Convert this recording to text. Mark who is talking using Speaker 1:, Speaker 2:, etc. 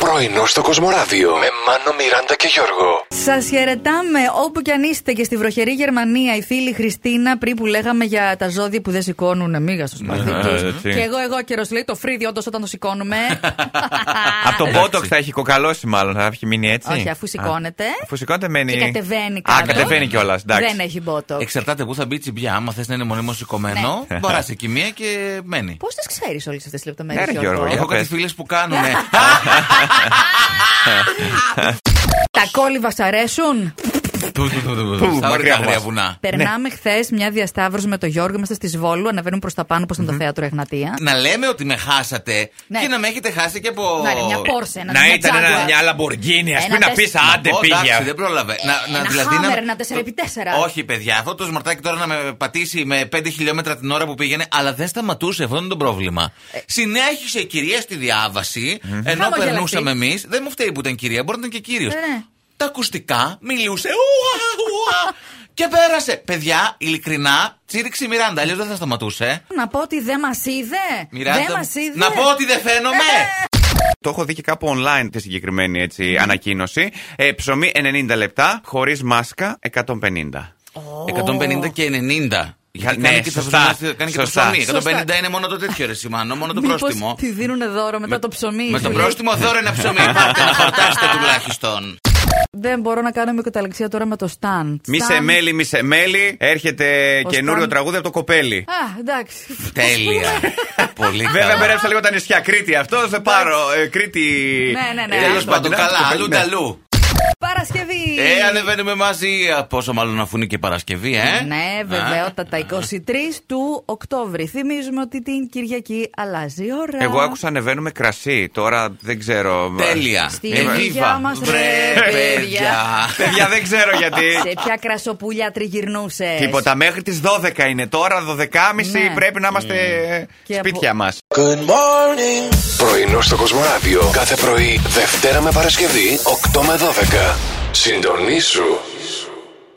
Speaker 1: Πρωινό στο Κοσμοράδιο με Μάνο, Μιράντα και Γιώργο.
Speaker 2: Σας χαιρετάμε όπου κι αν είστε και στη βροχερή Γερμανία. Η φίλη Χριστίνα, πριν που λέγαμε για τα ζώδια που δεν σηκώνουν μίγα στο σπαθί
Speaker 3: Ναι,
Speaker 2: τους.
Speaker 3: έτσι.
Speaker 2: Και εγώ, εγώ καιρός λέει το φρύδι, όντως όταν το σηκώνουμε.
Speaker 3: Από τον Μπότοξ θα έχει κοκαλώσει, μάλλον. Θα έχει μείνει έτσι.
Speaker 2: Όχι, αφού σηκώνεται. Ε,
Speaker 3: Α, Αφού σηκώνεται, μένει.
Speaker 2: Και κατεβαίνει
Speaker 3: Α,
Speaker 2: κάτω.
Speaker 3: κατεβαίνει κιόλας.
Speaker 2: Δεν έχει μπότο.
Speaker 4: Εξαρτάται πού θα μπει η τσιμπιά. Άμα θες να είναι μονίμως σηκωμένο,
Speaker 3: Ναι.
Speaker 4: μπορείς σε κοιμία και μένει.
Speaker 2: Πώς τις ξέρεις όλες αυτές τις
Speaker 3: Ναι,
Speaker 2: λεπτομέρειε,
Speaker 3: ρε, Γιώργο. ναι.
Speaker 4: Έχω
Speaker 3: πες.
Speaker 4: κάτι φίλες που κάνουν.
Speaker 2: Ναι. Τα κόλληβα σ' αρέσουν.
Speaker 4: Στα
Speaker 3: μακριά από
Speaker 4: όρια
Speaker 3: μας.
Speaker 4: βουνά.
Speaker 2: Περνάμε
Speaker 3: Ναι.
Speaker 2: χθες μια διασταύρωση με τον Γιώργο. Είμαστε στη Σβόλου, ανεβαίνουμε προς τα πάνω προς τον το θέατρο Εγνατία.
Speaker 4: Να λέμε ότι με χάσατε
Speaker 2: Ναι.
Speaker 4: και να με έχετε χάσει και από.
Speaker 2: Να είναι μια Πόρσε, ένα
Speaker 3: Να ήταν
Speaker 2: Jaguar.
Speaker 3: ένα, μια λαμποργίνη, ας
Speaker 2: Ένα
Speaker 3: πούμε, να
Speaker 2: τεσ-
Speaker 3: πει
Speaker 4: Να
Speaker 3: άντε
Speaker 4: πω, Εντάξει,
Speaker 3: πήγε.
Speaker 4: δεν πρόλαβε. Να,
Speaker 2: Ε, Ένα
Speaker 4: να, δηλαδή,
Speaker 2: Hammer,
Speaker 4: να...
Speaker 2: ένα 4x4.
Speaker 4: Όχι, παιδιά, αυτό το σμαρτάκι τώρα να με πατήσει με 5 χιλιόμετρα την ώρα που πήγαινε, αλλά δεν σταματούσε. Αυτό είναι το πρόβλημα.
Speaker 2: Ε.
Speaker 4: Συνέχισε η κυρία στη διάβαση, ενώ
Speaker 2: Χαμογελαστή.
Speaker 4: περνούσαμε εμείς. Δεν μου φταίει που ήταν κυρία, μπορεί να ήταν και κύριος.
Speaker 2: Ε, ναι.
Speaker 4: Τα ακουστικά μιλούσε. Ουα, ουα, και πέρασε. Παιδιά, ειλικρινά, τσίριξε η Μιράντα. Αλλιώς δεν θα σταματούσε.
Speaker 2: Να πω ότι δεν μας είδε.
Speaker 4: Μιράντα,
Speaker 2: Δεν μας είδε. Ε,
Speaker 4: να πω ότι δεν φαίνομαι.
Speaker 3: Το έχω δει και κάπου online τη συγκεκριμένη έτσι, ανακοίνωση. Ε, ψωμί 90 λεπτά, χωρίς μάσκα 150.
Speaker 4: 150 και 90. Γιατί
Speaker 3: Ναι,
Speaker 4: κάνει και,
Speaker 3: σωστά.
Speaker 4: σωστά, κάνει και το
Speaker 3: Σωστά.
Speaker 4: ψωμί. 150
Speaker 2: Σωστά.
Speaker 4: είναι μόνο το τέτοιο ρε Σιμάνο, μόνο το
Speaker 2: Μήπως
Speaker 4: πρόστιμο.
Speaker 2: Τη δίνουν δώρο μετά το ψωμί.
Speaker 4: Με το
Speaker 2: σου
Speaker 4: πρόστιμο δώρο ένα ψωμί. Πάτε να χορτάσετε τουλάχιστον.
Speaker 2: λέει. Δεν μπορώ να κάνω μικοταλεξία τώρα με το Σταν.
Speaker 3: Μη
Speaker 2: Σταν-
Speaker 3: σε μέλη, μη σε μέλη. Έρχεται
Speaker 2: Ο
Speaker 3: καινούριο
Speaker 2: Σταν.
Speaker 3: τραγούδι από το κοπέλι.
Speaker 2: Α, εντάξει.
Speaker 4: Τέλεια. Πολύ
Speaker 3: Βέβαια,
Speaker 4: καλά.
Speaker 3: μπερέψα λίγο τα νησιά. Κρίτη αυτό, θα πάρω. ε, Κρήτη.
Speaker 2: Ναι, ναι, ναι.
Speaker 3: Ε,
Speaker 4: Τέλο
Speaker 3: τέλος
Speaker 4: πάντων, καλά. Αλλού
Speaker 3: ναι.
Speaker 4: τα αλλού.
Speaker 2: Παρασκευή.
Speaker 4: Ε, ανεβαίνουμε μαζί. α, Πόσο μάλλον αφού είναι και η Παρασκευή, ε.
Speaker 2: Ναι, βεβαιότατα. 23 του Οκτώβρη. Θυμίζουμε ότι την Κυριακή αλλάζει η ώρα.
Speaker 3: Εγώ άκουσα ανεβαίνουμε κρασί. Τώρα δεν ξέρω.
Speaker 4: Α, Τέλεια.
Speaker 2: Στη
Speaker 4: Ε,
Speaker 2: δουλειά
Speaker 4: βίβα.
Speaker 2: μας, ρε,
Speaker 4: Βρε,
Speaker 2: παιδιά.
Speaker 4: παιδιά.
Speaker 3: Παιδιά, δεν ξέρω γιατί.
Speaker 2: Σε ποια κρασοπούλια τριγυρνούσες.
Speaker 3: Τίποτα. Μέχρι τις 12 είναι τώρα, 12.30
Speaker 2: Ναι.
Speaker 3: πρέπει να είμαστε
Speaker 2: Και
Speaker 3: σπίτια
Speaker 2: από-
Speaker 3: μας.
Speaker 1: Πρωινό στο Κοσμοράδιο κάθε πρωί, Δευτέρα με Παρασκευή, 8 με 12. Συντονίσου